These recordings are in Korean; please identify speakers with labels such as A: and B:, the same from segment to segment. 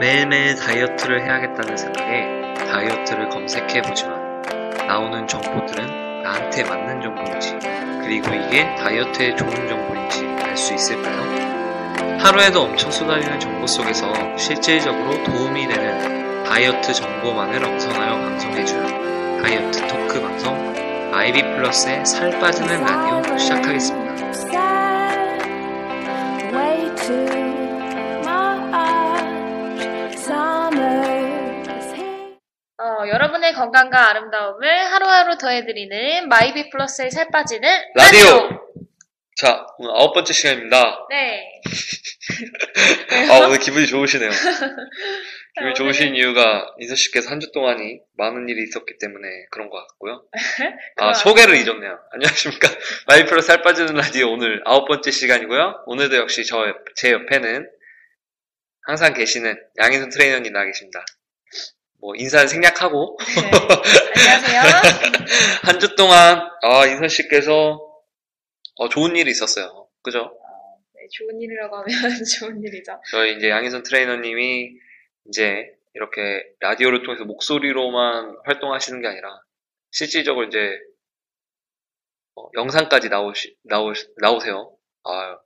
A: 매일매일 다이어트를 해야겠다는 생각에 다이어트를 검색해보지만 나오는 정보들은 나한테 맞는 정보인지 그리고 이게 다이어트에 좋은 정보인지 알 수 있을까요? 하루에도 엄청 쏟아지는 정보 속에서 실질적으로 도움이 되는 다이어트 정보만을 엄선하여 방송해주는 다이어트 토크 방송 아이비 플러스의 살 빠지는 라디오 시작하겠습니다.
B: Way too much summer's heat.
C: 어, 여러분의 건강과 아름다움을 하루하루 더해드리는 마이비 플러스에 살 빠지는
A: 라디오! 자, 오늘 아홉 번째 시간입니다.
C: 네.
A: 아, 오늘 기분이 좋으시네요. 기분이
C: 오늘은-
A: 좋으신 이유가 인서 씨께서 한 주 동안이 많은 일이 있었기 때문에 그런 것 같고요. 아,
C: 그럼.
A: 소개를 잊었네요. 안녕하십니까. 마이프로 살 빠지는 라디오 오늘 아홉 번째 시간이고요. 오늘도 역시 저, 옆- 제 옆에는 항상 계시는 양인선 트레이너님 나와 계십니다. 뭐, 인사는 생략하고,
C: 안녕하세요.
A: 한 주 동안, 아, 인선 씨께서, 어, 좋은 일이 있었어요. 그죠?
C: 네, 좋은 일이라고 하면 좋은 일이죠.
A: 저희 이제 양희선 트레이너님이 이제 이렇게 라디오를 통해서 목소리로만 활동하시는 게 아니라 실질적으로 이제 어, 영상까지 나오시, 나오, 나오세요. 아,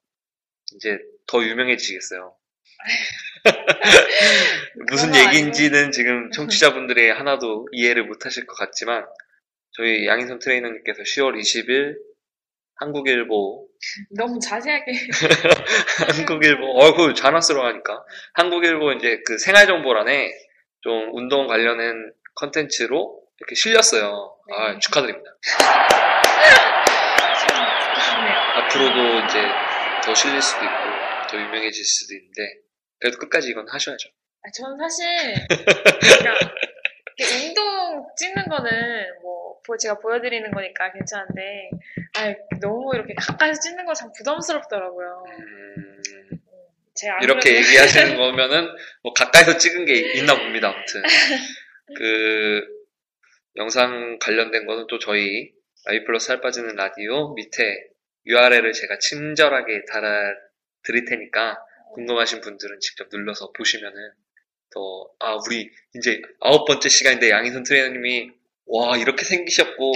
A: 이제 더 유명해지시겠어요. 무슨
C: 그런 거 아니고.
A: 얘기인지는 지금 청취자분들이 하나도 이해를 못하실 것 같지만 저희 양희선 트레이너님께서 10월 20일 한국일보
C: 너무 자세하게.
A: 한국일보, 어이구, 자랑스러워하니까. 한국일보 이제 그 생활정보란에 좀 운동 관련된 컨텐츠로 이렇게 실렸어요. 아,
C: 네.
A: 축하드립니다.
C: 네.
A: 앞으로도 이제 더 실릴 수도 있고, 더 유명해질 수도 있는데, 그래도 끝까지 이건 하셔야죠.
C: 아, 저는 사실, 그러니까 이렇게 운동 찍는 거는 뭐, 보- 제가 보여드리는 거니까 괜찮은데, 아 너무 이렇게 가까이서 찍는 거 참 부담스럽더라고요.
A: 음,
C: 제가 안
A: 이렇게
C: 아, 그래도-
A: 얘기하시는 거면은, 뭐, 가까이서 찍은 게 있나 봅니다, 아무튼. 그, 영상 관련된 거는 또 저희, 아이플러스 살 빠지는 라디오 밑에 URL을 제가 친절하게 달아 드릴 테니까, 궁금하신 분들은 직접 눌러서 보시면은, 더, 아, 우리, 이제 아홉 번째 시간인데 양희선 트레이너님이, 와, 이렇게 생기셨고,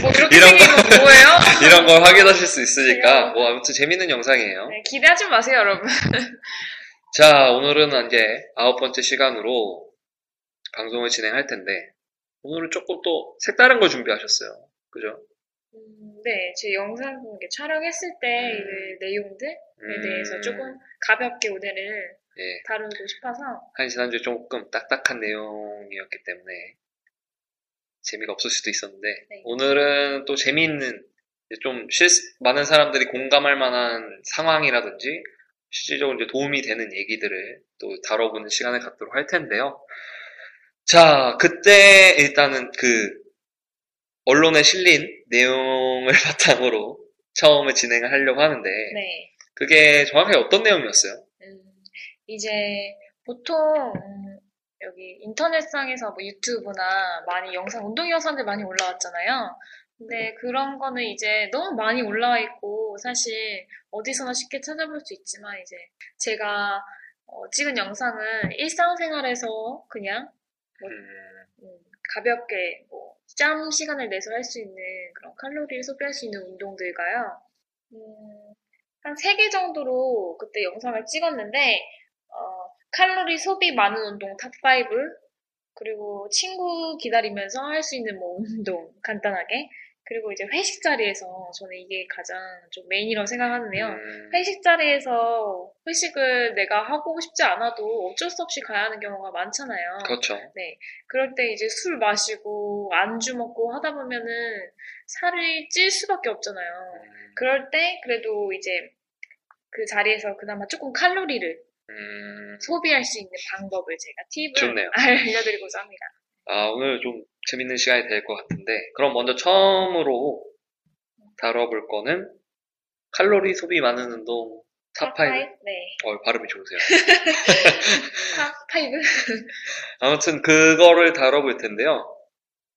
C: 뭐 이렇게
A: 이런
C: 생긴 건 뭐예요?
A: 이런 걸 확인하실 수 있으니까, 뭐, 아무튼 재밌는 영상이에요.
C: 네, 기대하지 마세요, 여러분.
A: 자, 오늘은 이제 아홉 번째 시간으로 방송을 진행할 텐데, 오늘은 조금 또 색다른 걸 준비하셨어요. 그죠?
C: 음, 네, 제 영상 이렇게 촬영했을 때이 내용들에
A: 음,
C: 대해서 네, 조금 가볍게 오늘을
A: 예.
C: 다루고 싶어서
A: 한 지난주에 조금 딱딱한 내용이었기 때문에 재미가 없을 수도 있었는데,
C: 네.
A: 오늘은 또 재미있는, 이제 좀 실, 많은 사람들이 공감할 만한 상황이라든지, 실질적으로 이제 도움이 되는 얘기들을 또 다뤄보는 시간을 갖도록 할 텐데요. 자, 그때 일단은 그, 언론에 실린 내용을 바탕으로 처음에 진행을 하려고 하는데,
C: 네.
A: 그게 정확하게 어떤 내용이었어요?
C: 음, 이제 보통 음, 여기 인터넷상에서 뭐 유튜브나 많이 영상 운동 영상들 많이 올라왔잖아요. 근데 그런 거는 이제 너무 많이 올라와 있고 사실 어디서나 쉽게 찾아볼 수 있지만 이제 제가 어, 찍은 영상은 일상생활에서 그냥
A: 음,
C: 음, 가볍게 뭐, 짬 시간을 내서 할 수 있는 그런 칼로리를 소비할 수 있는 운동들과요. 음, 한 3개 정도로 그때 영상을 찍었는데, 어, 칼로리 소비 많은 운동 탑5, 그리고 친구 기다리면서 할 수 있는 뭐 운동 간단하게 그리고 이제 회식 자리에서 저는 이게 가장 좀 메인이라고 생각하는데요.
A: 음,
C: 회식 자리에서 회식을 내가 하고 싶지 않아도 어쩔 수 없이 가야 하는 경우가 많잖아요.
A: 그렇죠.
C: 그럴 때 이제 술 마시고 안주 먹고 하다 보면은 살이 찔 수밖에 없잖아요. 그럴 때 그래도 이제 그 자리에서 그나마 조금 칼로리를
A: 음,
C: 소비할 수 있는 방법을 제가 팁을
A: 좋네요.
C: 알려드리고자 합니다.
A: 아, 오늘 좀 재밌는 시간이 될 것 같은데, 그럼 먼저 처음으로 다뤄볼 거는 칼로리 소비 많은 운동 탑5.
C: 팝파이브? 네.
A: 어, 발음이 좋으세요.
C: 팝파이브?
A: 아무튼 그거를 다뤄볼 텐데요.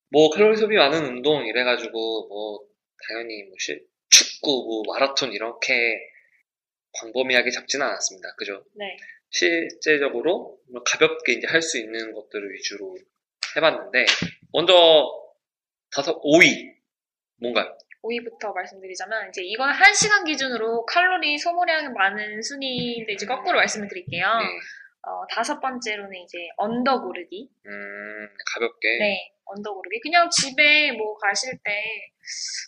A: 뭐 칼로리 소비 많은 운동 이래가지고 뭐 당연히 뭐 시- 축구, 뭐 마라톤 이렇게 광범위하게 잡지는 않았습니다. 그죠?
C: 네.
A: 실제적으로 뭐 가볍게 이제 할 수 있는 것들을 위주로 해봤는데 먼저 다섯 5위 뭔가요?
C: 5위부터 말씀드리자면 이제 이건 1시간 기준으로 칼로리 소모량이 많은 순위인데 이제 거꾸로 말씀을 드릴게요.
A: 네.
C: 어, 다섯 번째로는 이제 언덕 오르기.
A: 음, 가볍게
C: 네, 언덕 오르기. 그냥 집에 뭐 가실 때,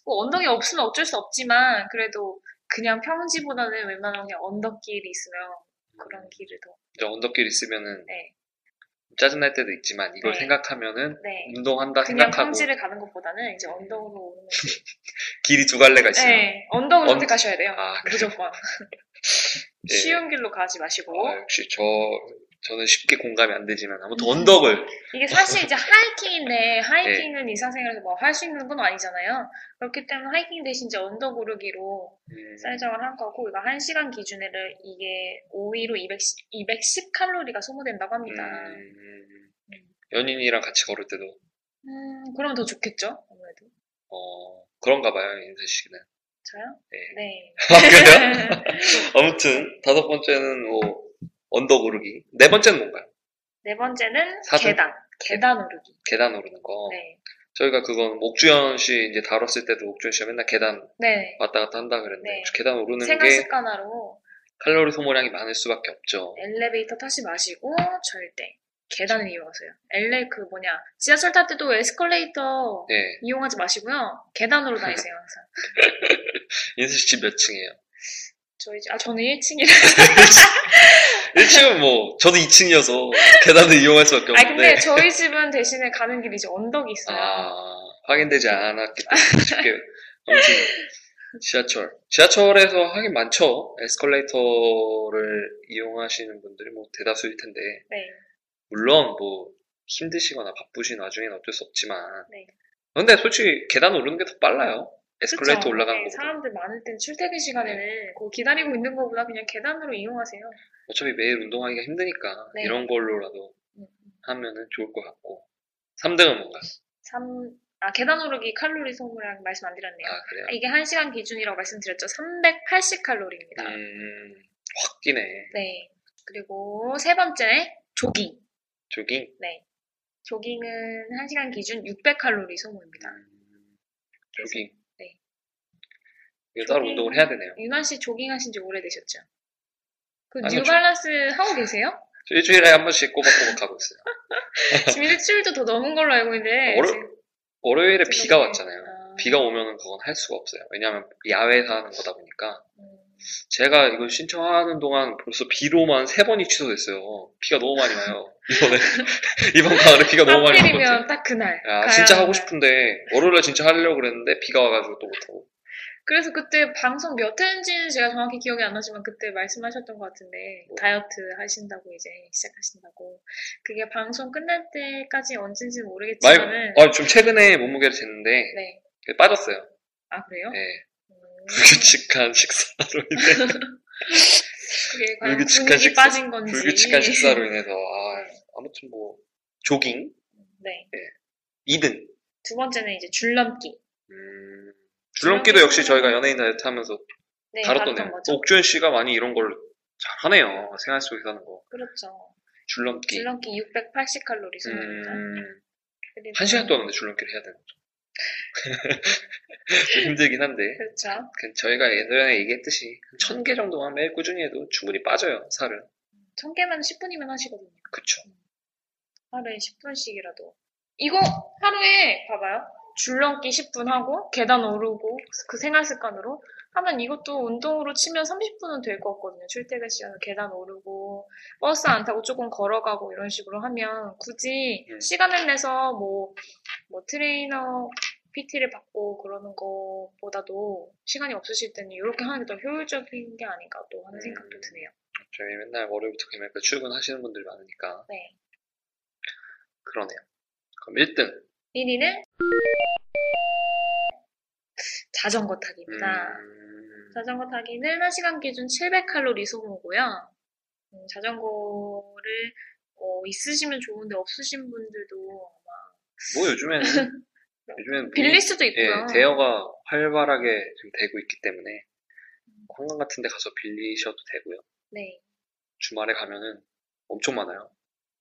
C: 뭐 언덕이 없으면 어쩔 수 없지만, 그래도 그냥 평지보다는 웬만하면 그냥 언덕길이 있으면 그런 길을 더,
A: 이제 언덕길 있으면은
C: 네,
A: 짜증날 때도 있지만 이걸
C: 네.
A: 생각하면은
C: 네.
A: 운동한다
C: 그냥
A: 음, 생각하고
C: 평지를 가는 것보다는 이제 언덕으로 오르는.
A: 길이 두 갈래가 있어요.
C: 네, 언덕으로
A: 언-
C: 선택하셔야 돼요.
A: 아, 그래요?
C: 무조건.
A: 예.
C: 쉬운 길로 가지 마시고.
A: 아, 역시 저 저는 쉽게 공감이 안 되지만
C: 음.
A: 아무튼 언덕을
C: 이게 사실 이제 하이킹인데
A: 네.
C: 하이킹은 일상생활에서 뭐 할 수 있는 건 아니잖아요. 그렇기 때문에 하이킹 대신 이제 언덕 오르기로
A: 음,
C: 설정을 한 거고 이거 1시간 기준에를 이게 5위로 210, 210 칼로리가 소모된다고 합니다.
A: 음, 연인이랑 같이 걸을 때도
C: 음, 그러면 더 좋겠죠? 아무래도.
A: 어, 그런가 봐요 인사 씨는.
C: 저요?
A: 네.
C: 네.
A: 아, 그래요? 아무튼 다섯 번째는 뭐 언덕 오르기. 네 번째는 뭔가요?
C: 네 번째는
A: 사슴?
C: 계단. 계단 오르기.
A: 계단 오르는 거.
C: 네.
A: 저희가 그건 옥주현 씨 이제 다뤘을 때도 옥주현 씨가 맨날 계단
C: 네.
A: 왔다 갔다 한다 그랬는데
C: 네.
A: 혹시 계단 오르는
C: 생활
A: 게
C: 습관화로
A: 칼로리 소모량이 많을 수밖에 없죠.
C: 엘리베이터 타지 마시고 절대 계단을 이용하세요. 엘레 그 뭐냐 지하철 탈 때도 에스컬레이터
A: 네.
C: 이용하지 마시고요. 계단으로 다니세요, 항상.
A: 인수 씨집 몇 층이에요?
C: 저희 집, 아, 저는 1층이라.
A: 1층은 뭐, 저도 2층이어서 계단을 이용할 수 밖에
C: 아, 근데
A: 없는데.
C: 저희 집은 대신에 가는 길이 이제 언덕이 있어요.
A: 네. 아, 확인되지 않았기 때문에 쉽게. 아무튼, 지하철. 지하철에서 하긴 많죠. 에스컬레이터를 이용하시는 분들이 뭐 대다수일 텐데.
C: 네.
A: 물론 뭐, 힘드시거나 바쁘신 와중엔 어쩔 수 없지만.
C: 네.
A: 근데 솔직히 계단 오르는 게 더 빨라요. 에스컬레이터
C: 그쵸?
A: 올라가는
C: 네,
A: 거보다.
C: 사람들 많을 땐 출퇴근 시간에는 그 기다리고 있는 거보다 그냥 계단으로 이용하세요.
A: 어차피 매일 운동하기가 힘드니까
C: 네.
A: 이런 걸로라도
C: 음.
A: 하면은 좋을 것 같고. 3등은 뭔가?
C: 삼 아, 계단 오르기 칼로리 소모량 말씀 안 드렸네요.
A: 아, 그래요?
C: 이게 1시간 기준이라고 말씀드렸죠. 380칼로리입니다.
A: 음, 확 끼네.
C: 네. 그리고 세 번째, 조깅.
A: 조깅.
C: 조깅은 1시간 기준 600칼로리 소모입니다.
A: 음. 조깅.
C: 음. 네.
A: 이거 따로
C: 조깅.
A: 운동을 해야 되네요.
C: 유난 씨 조깅 하신 지 오래되셨죠? 그
A: 아니요,
C: 뉴발란스 하고 계세요?
A: 저 일주일에 한 번씩 꼬박꼬박 하고 있어요.
C: 지금 일주일도 더 넘은 걸로 알고 있는데.
A: 월요-
C: 지금-
A: 월요일에
C: 지금
A: 비가
C: 네.
A: 왔잖아요.
C: 아,
A: 비가 오면은 그건 할 수가 없어요. 왜냐하면 야외에서 하는 거다 보니까.
C: 음,
A: 제가 이걸 신청하는 동안 벌써 비로만 세 번이 취소됐어요. 비가 너무 많이 와요. 이번에. 이번 가을에 비가 너무 많이 왔거든요.
C: 하필이면 딱 그날.
A: 야,
C: 가야
A: 진짜
C: 하는
A: 하고
C: 날.
A: 싶은데, 월요일에 진짜 하려고 그랬는데, 비가 와가지고 또 못하고.
C: 그래서 그때 방송 몇 회인지는 제가 정확히 기억이 안 나지만 그때 말씀하셨던 것 같은데
A: 뭐.
C: 다이어트 하신다고 이제 시작하신다고 그게 방송 끝날 때까지 언젠지는
A: 많이,
C: 모르겠지만은
A: 아, 좀 최근에 몸무게를 쟀는데,
C: 네.
A: 빠졌어요.
C: 아 그래요?
A: 네.
C: 음,
A: 불규칙한 식사로 인해
C: 그게 과연
A: 불규칙한
C: 근육이
A: 식사-
C: 빠진 건지
A: 불규칙한 식사로 인해서 아, 아무튼 뭐 조깅
C: 네.
A: 2등
C: 두 번째는 이제 줄넘기.
A: 음, 줄넘기도 역시 저희가 연예인 다이어트 하면서
C: 네,
A: 다뤘던
C: 다뤘던
A: 내용
C: 거죠.
A: 옥주현 씨가 많이 이런 걸 잘하네요 생활 속에서 하는 거
C: 그렇죠.
A: 줄넘기
C: 줄넘기 680칼로리 소모입니다.
A: 음,
C: 그리고-
A: 한 시간 동안 근데 줄넘기를 해야 되는 거죠 좀 힘들긴 한데
C: 그렇죠.
A: 그 저희가 예전에 얘기했듯이 천 개 정도만 매일 꾸준히 해도 충분히 빠져요 살은
C: 천 개면 10분이면 하시거든요.
A: 그쵸
C: 하루에 10분씩이라도. 이거 하루에 봐봐요. 줄넘기 10분 하고 계단 오르고 그 생활 습관으로 하면 이것도 운동으로 치면 30분은 될 것 같거든요. 출퇴근 시간에 계단 오르고 버스 안 타고 조금 걸어가고 이런 식으로 하면 굳이
A: 네.
C: 시간을 내서 뭐, 뭐 트레이너 PT를 받고 그러는 것보다도 시간이 없으실 때는 이렇게 하는 게 더 효율적인 게 아닌가 또 하는
A: 음.
C: 생각도 드네요.
A: 저희 맨날 월요일부터 금요일까지 출근하시는 분들이 많으니까
C: 네.
A: 그러네요. 그럼 1등.
C: 1위는 자전거
A: 음.
C: 타기입니다. 자전거 타기는 1시간 기준 700칼로리 소모고요. 음, 자전거를 어, 있으시면 좋은데 없으신 분들도 아마
A: 뭐 요즘에는 요즘엔
C: 빌릴 수도
A: 예,
C: 있고요.
A: 대여가 활발하게 지금 되고 있기 때문에 관광 같은 데 가서 빌리셔도 되고요.
C: 네.
A: 주말에 가면은 엄청 많아요.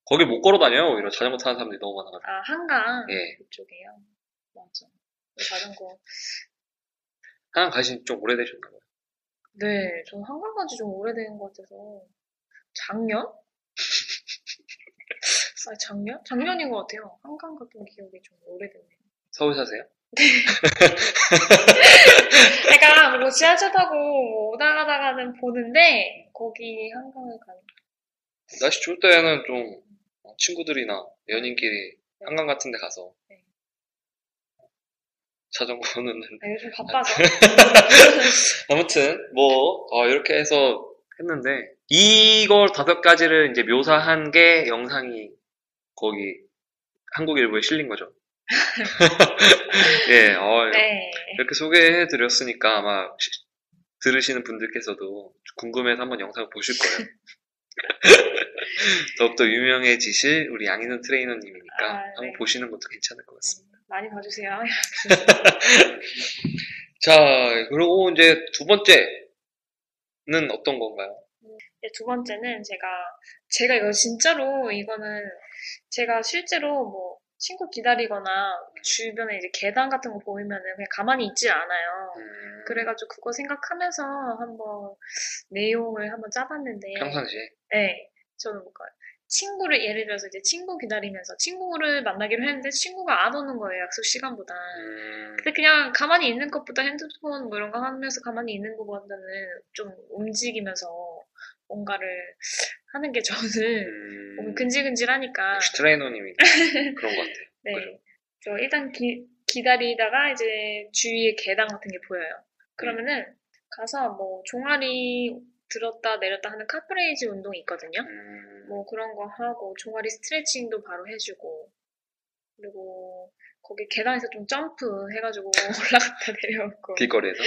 A: 거기 못 걸어 다녀요. 오히려 자전거 타는 사람들이 너무 많아가지고.
C: 아, 한강
A: 예.
C: 이쪽에요. 맞아. 그 자전거.
A: 한강 가신 좀 오래되셨나 봐요.
C: 네, 저는 한강 간지 좀 오래된 것 같아서 작년? 아, 작년? 작년인 것 같아요. 한강 갔던 기억이 좀 오래됐네요.
A: 서울 사세요?
C: 내가 그리고 지하철 타고 뭐 오다 가다가는 보는데 거기 한강을 가는
A: 날씨 좋을 때는 좀 어, 친구들이나 연인끼리 한강 같은 데 가서
C: 네.
A: 자전거는
C: 아, 요즘 바빠서.
A: 아무튼 뭐 어, 이렇게 해서 했는데 이걸 다섯 가지를 이제 묘사한 게 영상이 거기 한국일보에 실린 거죠. 예, 어,
C: 네.
A: 이렇게 소개해드렸으니까 아마 시- 들으시는 분들께서도 궁금해서 한번 영상을 보실 거예요. 더욱더 유명해지실 우리 양인은 트레이너님이니까
C: 아,
A: 한번
C: 네.
A: 보시는 것도 괜찮을 것 같습니다.
C: 많이 봐주세요.
A: 자, 그리고 이제 두 번째는 어떤 건가요?
C: 이제 두 번째는 제가, 제가 이거 진짜로 이거는 제가 실제로 뭐 친구 기다리거나 주변에 이제 계단 같은 거 보이면은 그냥 가만히 있지 않아요.
A: 음.
C: 그래가지고 그거 생각하면서 한번 내용을 한번 짜봤는데.
A: 평상시에
C: 네, 저는 뭔가 친구를 예를 들어서 이제 친구 기다리면서 친구를 만나기로 했는데 친구가 안 오는 거예요 약속 시간보다.
A: 음,
C: 근데 그냥 가만히 있는 것보다 핸드폰 뭐 이런 거 하면서 가만히 있는 것보다는 좀 움직이면서 뭔가를 하는 게 저는 몸이 근질근질하니까
A: 역시 음, 트레이너님이 그런 것 같아요.
C: 네.
A: 그죠?
C: 그래서 일단 기, 기다리다가 이제 주위에 계단 같은 게 보여요. 그러면은 가서 뭐 종아리 들었다 내렸다 하는 카프레이즈 운동이 있거든요.
A: 음,
C: 뭐 그런 거 하고 종아리 스트레칭도 바로 해주고 그리고 거기 계단에서 좀 점프 해가지고 올라갔다 내려오고
A: 길거리에서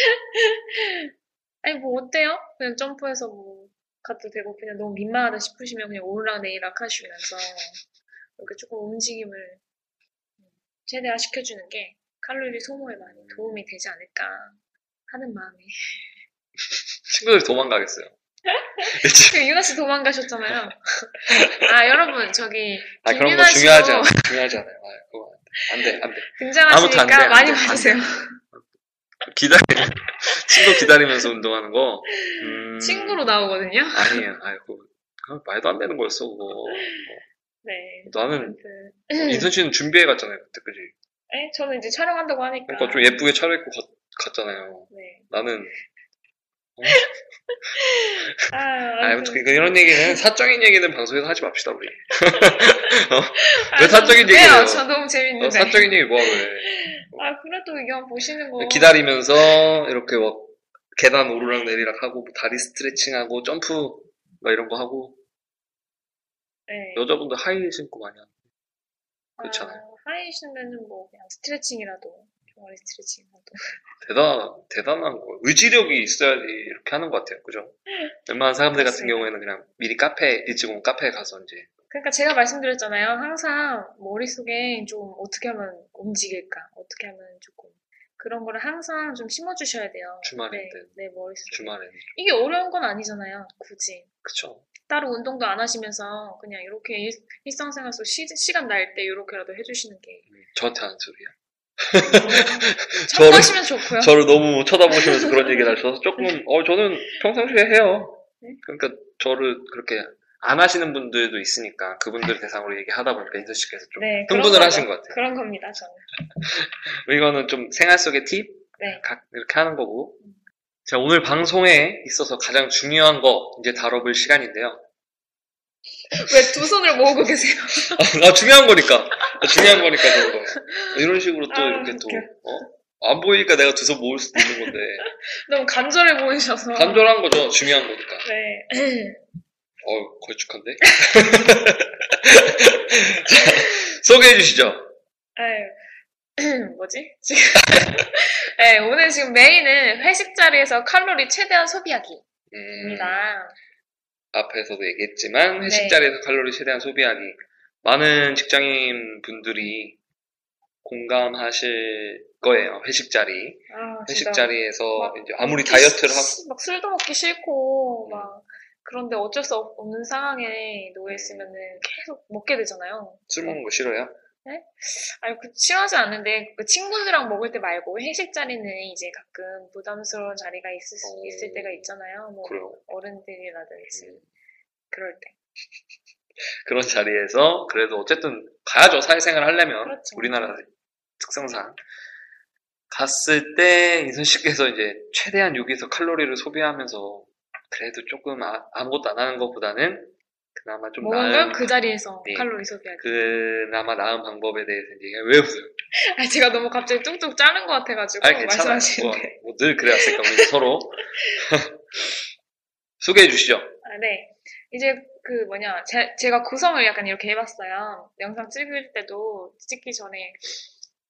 C: 아니 뭐 어때요? 그냥 점프해서 뭐 가도 되고 그냥 너무 민망하다 싶으시면 그냥 오르락내리락 하시면서 이렇게 조금 움직임을 최대화 시켜주는 게 칼로리 소모에 많이 도움이 되지 않을까 하는 마음에
A: 친구들이 도망가겠어요.
C: 그 유나 씨 도망가셨잖아요 아 여러분 저기
A: 아 그런 거
C: 김윤아 씨도
A: 중요하지 않아요. 중요하지 않아요. 아, 그거 안 돼, 안 돼. 아무튼
C: 등장하시니까
A: 안 돼, 안 음.
C: 많이
A: 돼, 안 돼.
C: 봐주세요
A: 기다리 친구 기다리면서 운동하는 거 음,
C: 친구로 나오거든요
A: 아니에요. 아이고 아, 말도 안 되는 거였어 그거.
C: 네
A: 나는
C: 아무튼
A: 인선 씨는 준비해 갔잖아요 그때 그지.
C: 에? 저는 이제 촬영한다고 하니까
A: 그러니까 좀 예쁘게 차려입고 갔, 갔잖아요.
C: 네.
A: 나는
C: 아,
A: 아, 아무튼 그러니까 이런 얘기는 사적인 얘기는 방송에서 하지 맙시다 우리.
C: 아,
A: 왜 사적인
C: 저- 왜요?
A: 얘기예요?
C: 저 너무
A: 어,
C: 재밌는데
A: 사적인 얘기 뭐하고 해.
C: 아, 그래도 이거 한번 보시는 거.
A: 기다리면서 이렇게 막 계단 오르락 내리락 하고 뭐 다리 스트레칭하고 점프 막 이런 거 하고
C: 네.
A: 여자분들 하이힐 신고 많이 하는. 그렇잖아요.
C: 아, 하이 신으면 뭐, 그냥 스트레칭이라도, 종아리 스트레칭이라도.
A: 대단, 대단한 거. 의지력이 있어야지 이렇게 하는 것 같아요. 그죠? 웬만한 사람들 같은
C: 맞습니다.
A: 경우에는 그냥 미리 카페, 일찍 온 카페에 가서 이제.
C: 그러니까 제가 말씀드렸잖아요. 항상 머릿속에 좀 어떻게 하면 움직일까? 어떻게 하면 조금. 그런 거를 항상 좀 심어주셔야 돼요.
A: 주말인데.
C: 네, 네, 머릿속에.
A: 주말에.
C: 이게 어려운 건 아니잖아요. 굳이.
A: 그쵸.
C: 따로 운동도 안 하시면서 그냥 이렇게 일, 일상생활 속 시, 시간 날 때 이렇게라도 해주시는 게.
A: 저한테 하는 소리야. 네, 저를-
C: 참고하시면 좋고요.
A: 저를 너무 네. 쳐다보시면서 그런 얘기를 하셔서 조금, 어, 저는 평상시에 해요.
C: 네?
A: 그러니까 저를 그렇게 안 하시는 분들도 있으니까 그분들 대상으로 얘기하다 보니까 인서 씨께서 좀
C: 네, 그런
A: 흥분을
C: 거죠.
A: 하신 것 같아요.
C: 그런 겁니다, 저는.
A: 이거는 좀 생활 속의 팁?
C: 네.
A: 각 이렇게 하는 거고. 자, 오늘 방송에 있어서 가장 중요한 거 이제 다뤄볼 시간인데요.
C: 왜 두 손을 모으고 계세요?
A: 아, 중요한 거니까. 아, 중요한 거니까, 저런 거. 이런 식으로 또
C: 아,
A: 이렇게 또,
C: 웃겨.
A: 어? 안 보이니까 내가 두 손 모을 수도 있는 건데.
C: 너무 간절해 보이셔서.
A: 간절한 거죠. 중요한 거니까.
C: 네.
A: 어, 걸쭉한데? 자, 소개해 주시죠.
C: 아유, 뭐지? 지금. 네, 오늘 지금 메인은 회식 자리에서 칼로리 최대한 소비하기입니다. 아,
A: 음, 앞에서도 얘기했지만 회식
C: 네.
A: 자리에서 칼로리 최대한 소비하기. 많은 직장인 분들이 공감하실 거예요. 회식 자리.
C: 아,
A: 회식
C: 진짜.
A: 자리에서
C: 막
A: 이제 아무리 다이어트를 하고
C: 막 술도 먹기 싫고,
A: 음.
C: 막. 그런데 어쩔 수 없- 없는 상황에 놓여 있으면은 계속 먹게 되잖아요.
A: 술 먹는 거 싫어요?
C: 아니, 그, 싫어하지 않는데, 그 친구들이랑 먹을 때 말고, 회식 자리는 이제 가끔 부담스러운 자리가 있을 수,
A: 어.
C: 있을 때가 있잖아요. 뭐,
A: 그래요. 음.
C: 어른들이라든지. 그럴 때.
A: 그런 자리에서 그래도 어쨌든 가야죠. 사회생활 하려면
C: 그렇죠.
A: 우리나라 특성상 갔을 때 인선 씨께서 이제 최대한 여기서 칼로리를 소비하면서 그래도 조금 아, 아무것도 안 하는 것보다는 그나마 좀
C: 먹은
A: 나은
C: 건 그 자리에서
A: 네.
C: 칼로리 소비하기.
A: 그나마 나은 방법에 대해서 이제 왜 웃어요?
C: 아, 제가 너무 갑자기 뚱뚱 자른 것 같아가지고
A: 아 괜찮아요.
C: 어, 말씀하시는데.
A: 뭐, 뭐늘 그래왔으니까 우리 서로 소개해 주시죠.
C: 아, 네. 이제 그 뭐냐, 제, 제가 구성을 약간 이렇게 해봤어요. 영상 찍을 때도 찍기 전에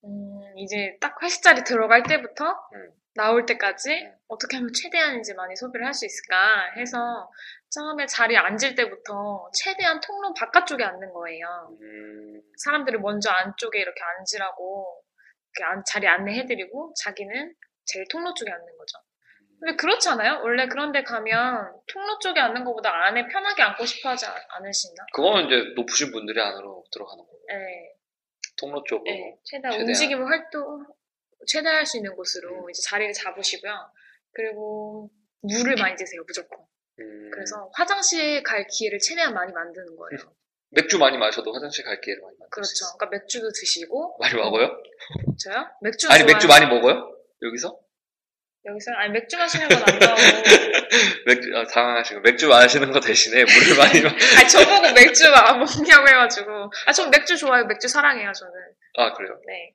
C: 음, 이제 딱 회식자리 들어갈 때부터
A: 음.
C: 나올 때까지 어떻게 하면 최대한 이제 많이 소비를 할 수 있을까 해서 처음에 자리에 앉을 때부터 최대한 통로 바깥쪽에 앉는 거예요.
A: 음,
C: 사람들을 먼저 안쪽에 이렇게 앉으라고 이렇게 안- 자리 안내해드리고 자기는 제일 통로 쪽에 앉는 거죠. 근데 그렇지 않아요? 원래 그런데 가면 통로 쪽에 앉는 것보다 안에 편하게 앉고 싶어 하지 않- 않으시나?
A: 그거는 이제 높으신 분들이 안으로 들어가는 거고
C: 네.
A: 통로 쪽으로
C: 네. 최대한,
A: 최대한.
C: 움직임을 활동, 최대한 할 수 있는 곳으로
A: 음.
C: 이제 자리를 잡으시고요. 그리고 물을 많이 드세요, 무조건.
A: 음,
C: 그래서 화장실 갈 기회를 최대한 많이 만드는 거예요.
A: 맥주 많이 마셔도 화장실 갈 기회를 많이 만들
C: 그렇죠.
A: 수 있어요.
C: 그러니까 맥주도 드시고,
A: 많이 먹어요?
C: 저요? 맥주
A: 아니 맥주
C: 그렇죠. 음. 좋아하는-
A: 많이 먹어요? 여기서?
C: 여기서 아니 맥주 마시는 건 안 나오고
A: 맥주 아, 당황하시고 맥주 마시는 거 대신에 물을 많이 마...
C: 아니 저보고 맥주 안 먹냐고 해가지고 아 전 맥주 좋아해요 맥주 사랑해요 저는
A: 아 그래요?
C: 네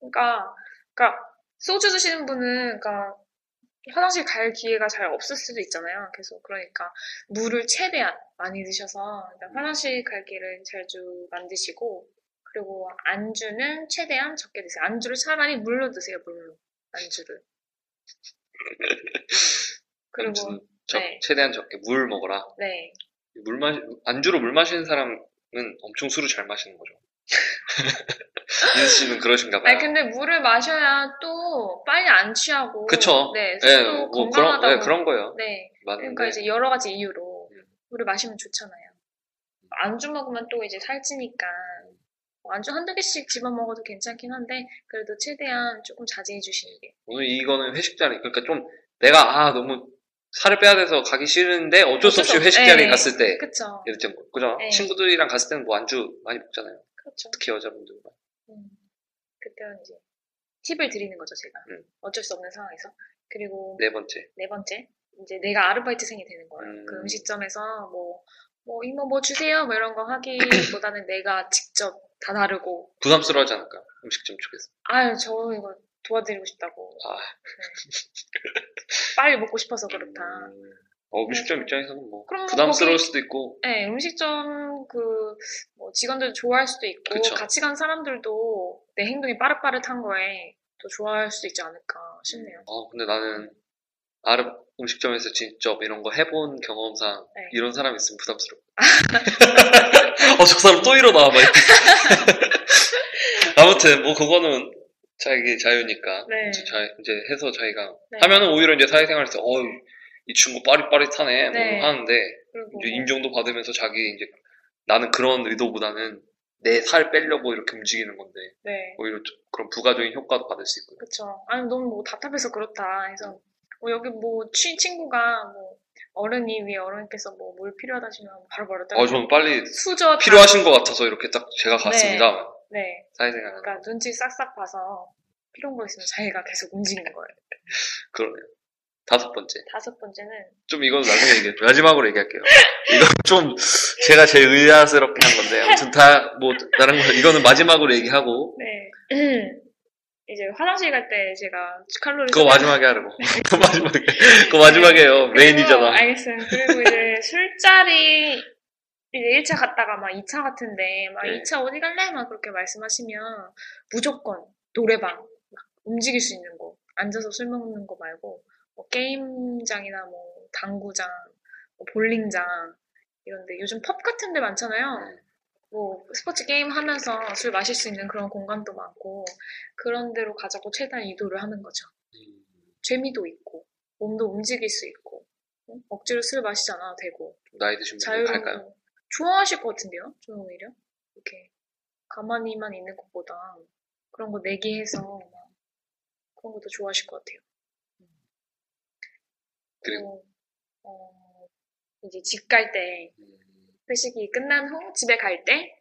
C: 그러니까 그러니까 소주 드시는 분은 그러니까 화장실 갈 기회가 잘 없을 수도 있잖아요 계속 그러니까 물을 최대한 많이 드셔서
A: 음.
C: 일단 화장실 갈 길을 자주 만드시고 그리고 안주는 최대한 적게 드세요 안주를 차라리 물로 드세요 물로 안주를 그리고
A: 안주는 적-
C: 네.
A: 최대한 적게 물 먹어라.
C: 네
A: 물 마시 안주로 물 마시는 사람은 엄청 술을 잘 마시는 거죠. 민수 씨는 그러신가 봐요.
C: 아니 근데 물을 마셔야 또 빨리 안 취하고
A: 그쵸.
C: 네,
A: 예,
C: 또
A: 뭐 그런
C: 건강하다고.
A: 예, 그런 거예요.
C: 네,
A: 맞는데
C: 그러니까 이제 여러 가지 이유로
A: 음.
C: 물을 마시면 좋잖아요. 안주 먹으면 또 이제 살찌니까 뭐 안주 한두 개씩 집어 먹어도 괜찮긴 한데 그래도 최대한 조금 자제해 주시는 게
A: 오늘 이거는 회식 자리 그러니까 좀 내가 아 너무 살을 빼야 돼서 가기 싫은데 어쩔 수 없이
C: 어쩔 수 없-
A: 회식 자리
C: 예.
A: 갔을 때
C: 그쵸?
A: 예를 들면 그죠?
C: 예.
A: 친구들이랑 갔을 때는 뭐 안주 많이 먹잖아요.
C: 그렇죠.
A: 특히 여자분들.
C: 음, 그때는 이제 팁을 드리는 거죠 제가
A: 음.
C: 어쩔 수 없는 상황에서 그리고
A: 네 번째.
C: 네 번째, 이제 내가 아르바이트생이 되는 거예요.
A: 음.
C: 그 음식점에서 뭐, 뭐, 이모 뭐 주세요, 뭐 이런 거 하기보다는 내가 직접 다 나르고,
A: 부담스러워하지 않을까? 음식점 쪽에서.
C: 아유, 저 이거 도와드리고 싶다고. 네.
A: 아.
C: 빨리 먹고 싶어서 그렇다.
A: 음, 어, 음식점
C: 그래서-
A: 입장에서는 뭐
C: 그럼 뭐
A: 부담스러울
C: 거기-
A: 수도 있고
C: 네, 음식점 그, 뭐 직원들 좋아할 수도 있고,
A: 그쵸.
C: 같이 간 사람들도 내 행동이 빠릇빠릇한 거에 더 좋아할 수도 있지 않을까 싶네요.
A: 어, 근데 나는 아름 음식점에서 직접 이런 거 해본 경험상
C: 네.
A: 이런 사람 있으면 부담스러워. 어, 저 사람 또 이러나 막. 이렇게. 아무튼 뭐 그거는 자기 자유니까
C: 네.
A: 이제, 자, 이제 해서 자기가
C: 네.
A: 하면은 오히려 이제 사회생활에서 어이 이 친구 빠릿빠릿하네 뭐
C: 네.
A: 하는데
C: 그리고,
A: 이제 인정도 받으면서 자기 이제 나는 그런 의도보다는 내 살 빼려고 이렇게 움직이는 건데
C: 네.
A: 오히려 좀 그런 부가적인 효과도 받을 수 있고요.
C: 그쵸. 아니, 너무 뭐 답답해서 그렇다 해서, 뭐 여기 뭐, 취, 친구가 뭐, 어른이 위에 어른께서 뭐 물 필요하다시면 바로바로 따라
A: 어, 저는 빨리
C: 수저
A: 필요하신 것 같아서 이렇게 딱 제가 갔습니다.
C: 네
A: 사이즈가
C: 그러니까 눈치 싹싹 봐서 필요한 거 있으면 자기가 계속 움직이는 거예요.
A: 그러네요. 다섯 번째.
C: 다섯 번째는
A: 좀 이건 나중에 얘기해. 마지막으로 얘기할게요. 이건 좀 제가 제일 의아스럽게 한 건데 아무튼 다 뭐 다른 거 이거는 마지막으로 얘기하고
C: 네 이제 화장실 갈 때 제가 칼로리
A: 그거 마지막에 하라고. 그거 마지막에. 그거 마지막에요. 메인이잖아.
C: 알겠어요. 그리고 이제 술자리 이제 1차 갔다가 막 2차 같은데 막
A: 네.
C: 2차 어디 갈래? 막 그렇게 말씀하시면 무조건 노래방 막 움직일 수 있는 곳 앉아서 술 먹는 거 말고 뭐 게임장이나 뭐 당구장 뭐 볼링장 이런데 요즘 펍 같은 데
A: 네.
C: 많잖아요. 뭐 스포츠 게임 하면서 술 마실 수 있는 그런 공간도 많고 그런 데로 가자고 최대한 이도를 하는 거죠. 재미도 있고 몸도 움직일 수 있고 응? 억지로 술 마시지 않아도 되고
A: 나이 드신 분들 음, 갈까요?
C: 자유로운 좋아하실 것 같은데요? 저는 오히려 이렇게 가만히만 있는 것보다 그런 거 내기해서 막 그런 것도 좋아하실 것 같아요. 그리고 어, 이제 집 갈 때
A: 음,
C: 회식이 그 끝난 후 집에 갈 때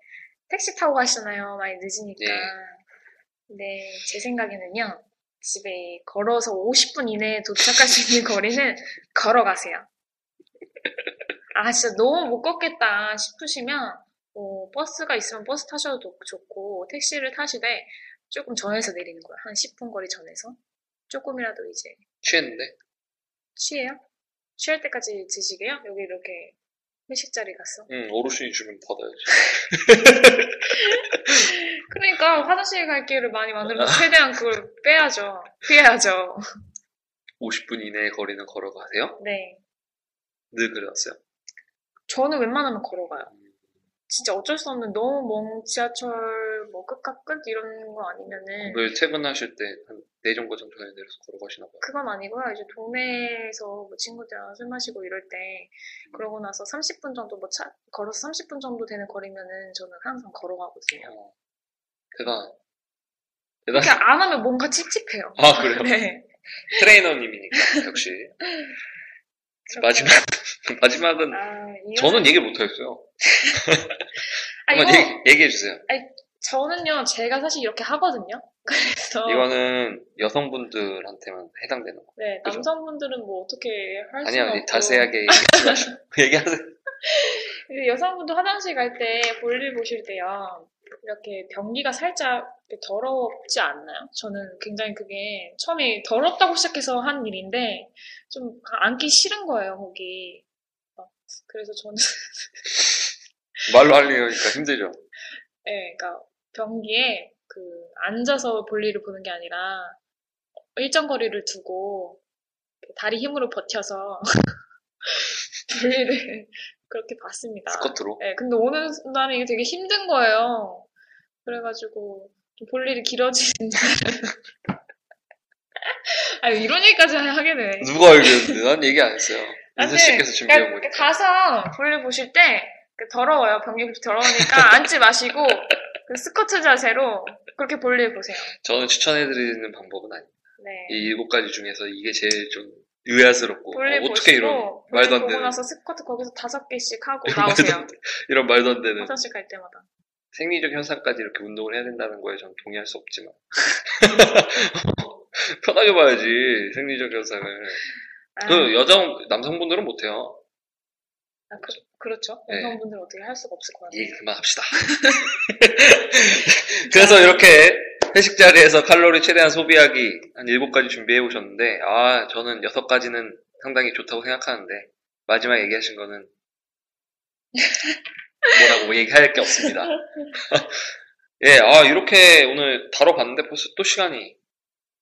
C: 택시 타고 가시잖아요. 많이 늦으니까.
A: 예.
C: 근데 제 생각에는요. 집에 걸어서 50분 이내에 도착할 수 있는 거리는 걸어가세요. 아, 진짜 너무 못 걷겠다 싶으시면 뭐 버스가 있으면 버스 타셔도 좋고 택시를 타시되 조금 전에서 내리는 거예요. 한 10분 거리 전에서. 조금이라도 이제
A: 취했는데
C: 취해요? 취할 때까지 드시게요? 여기 이렇게 회식 자리 갔어.
A: 응, 음, 어르신이 주면 받아야지.
C: 그러니까 화장실 갈 기회를 많이 만들면
A: 아.
C: 최대한 그걸 빼야죠. 피해야죠.
A: 50분 이내에 거리는 걸어가세요?
C: 네.
A: 늘 그래왔어요.
C: 저는 웬만하면 걸어가요. 진짜 어쩔 수 없는 너무 먼 지하철 뭐 끝과 끝 이런 거 아니면은
A: 늘 퇴근하실 때한 4정거장 전에 내려서 걸어가시나 봐요.
C: 그건 아니고요. 이제 동네에서 뭐 친구들이랑 술 마시고 이럴 때 그러고 나서 30분 정도 뭐 차, 걸어서 30분 정도 되는 거리면은 저는 항상 걸어가거든요.
A: 어, 대단해.
C: 이렇게
A: 대단해.
C: 안 하면 뭔가 찝찝해요.
A: 아, 그래요?
C: 그러니까. 네. 그렇죠.
A: 트레이너님이니까, 역시. 마지막, 마지막은
C: 아, 이
A: 저는 얘기 못하겠어요.
C: 아,
A: 한번
C: 이거-
A: 얘기, 해주세요
C: 저는요, 제가 사실 이렇게 하거든요. 그래서
A: 이거는 여성분들한테만 해당되는 거.
C: 네,
A: 그죠?
C: 남성분들은 뭐 어떻게 할
A: 아니요,
C: 수는
A: 아니,
C: 없고
A: 자세하게 얘기하지 마시고. 얘기하세요.
C: 근데 여성분도 화장실 갈 때 볼일 보실 때요 이렇게 변기가 살짝 이렇게 더럽지 않나요? 저는 굉장히 그게 처음에 더럽다고 시작해서 한 일인데 좀 앉기 싫은 거예요 거기 어, 그래서 저는
A: 말로 하려니까 힘들죠.
C: 네, 그러니까 변기에 그 앉아서 볼일을 보는 게 아니라 일정 거리를 두고 이렇게 다리 힘으로 버텨서 볼일을 그렇게 봤습니다.
A: 스쿼트로.
C: 네, 근데 오는 날은 이게 되게 힘든 거예요. 그래가지고 좀 볼일이 길어지는 날은- 아, 이런 얘기까지 하게 되네.
A: 누가 알겠는데? 난 얘기 안 했어요.
C: 아,
A: 민수
C: 근데
A: 씨께서 준비한
C: 그러니까
A: 거니까.
C: 가서 볼일 보실 때 그 더러워요. 변기부터 더러우니까 앉지 마시고 그 스쿼트 자세로 그렇게 볼일 보세요.
A: 저는 추천해드리는 방법은 아니에요.
C: 네.
A: 이 일곱 가지 중에서 이게 제일 좀 의아스럽고,
C: 볼일
A: 어,
C: 보시고
A: 어떻게 이런, 말도 안
C: 보고
A: 되는,
C: 나서 스쿼트 거기서 다섯 개씩 하고
A: 말도
C: 나오세요.
A: 안 되- 이런 말도 안 되는
C: 화장실 갈 때마다.
A: 생리적 현상까지 이렇게 운동을 해야 된다는 거에 전 동의할 수 없지만. 편하게 봐야지, 생리적 현상을.
C: 아,
A: 그 여자, 남성분들은 못해요.
C: 아, 그, 그렇죠.
A: 네.
C: 여성분들 은 어떻게 할 수가 없을 것 같아요.
A: 얘기 그만합시다. 그래서 이렇게 회식 자리에서 칼로리 최대한 소비하기 한 일곱 가지 준비해 오셨는데, 아, 저는 여섯 가지는 상당히 좋다고 생각하는데, 마지막 얘기하신 거는 뭐라고 얘기할 게 없습니다. 예, 아, 이렇게 오늘 다뤄봤는데 벌써 또 시간이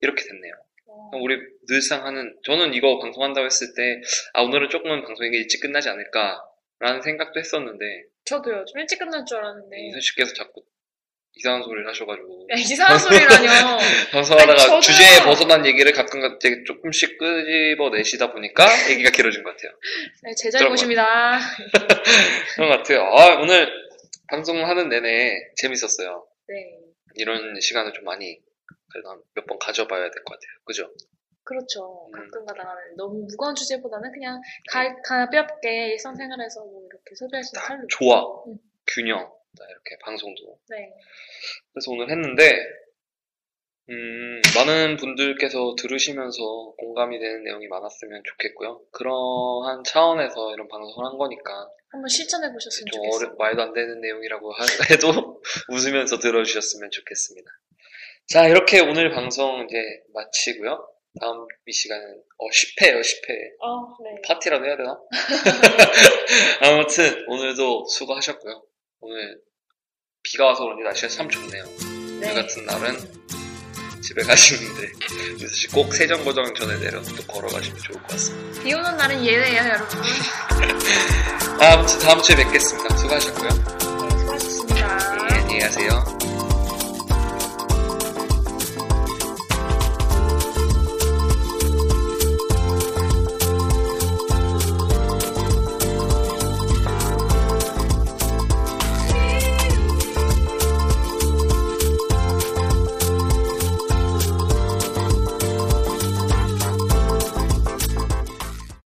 A: 이렇게 됐네요.
C: 어,
A: 그럼 우리 늘상 하는, 저는 이거 방송한다고 했을 때, 아, 오늘은 조금은 방송이 일찍 끝나지 않을까라는 생각도 했었는데,
C: 저도요. 좀 일찍 끝날 줄 알았는데.
A: 이순 씨께서 자꾸 이상한 소리를 하셔가지고
C: 야, 이상한 소리라뇨. 네. 아니,
A: 방송하다가
C: 저도요.
A: 주제에 벗어난 얘기를 가끔 갑자기 조금씩 끄집어 내시다 보니까 얘기가 길어진 것 같아요.
C: 네, 제 잘못입니다.
A: 그런 것 같아요. 아, 오늘 방송하는 내내 재밌었어요.
C: 네.
A: 이런 시간을 좀 많이 그래도 몇 번 가져봐야 될 것 같아요. 그죠?
C: 그렇죠.
A: 음.
C: 가끔가다 나는 너무 무거운 주제보다는 그냥 가, 가볍게 일상생활에서 뭐 이렇게 소비할 수 있는 칼로.
A: 좋아.
C: 음.
A: 균형. 이렇게 방송도.
C: 네.
A: 그래서 오늘 했는데, 음, 많은 분들께서 들으시면서 공감이 되는 내용이 많았으면 좋겠고요. 그러한 차원에서 이런 방송을 한 거니까,
C: 한번 실천해 보셨으면
A: 좀
C: 좋겠어요.
A: 어려- 말도 안 되는 내용이라고 하- 해도 웃으면서 들어주셨으면 좋겠습니다. 자, 이렇게 오늘 방송 이제 마치고요. 다음 이 시간은, 어, 10회예요, 10회.
C: 어, 네.
A: 파티라도 해야 되나? 아무튼 오늘도 수고하셨고요. 오늘 비가 와서 그런지 날씨가 참 좋네요. 오늘 같은 날은 집에 가시는데 그래서 꼭 세정거장 전에 내려서 또 걸어가시면 좋을 것 같습니다.
C: 비 오는 날은 예외예요, 여러분.
A: 아무튼 다음 주에 뵙겠습니다. 수고하셨고요.
C: 네, 수고하셨습니다.
A: 예, 안녕히 가세요.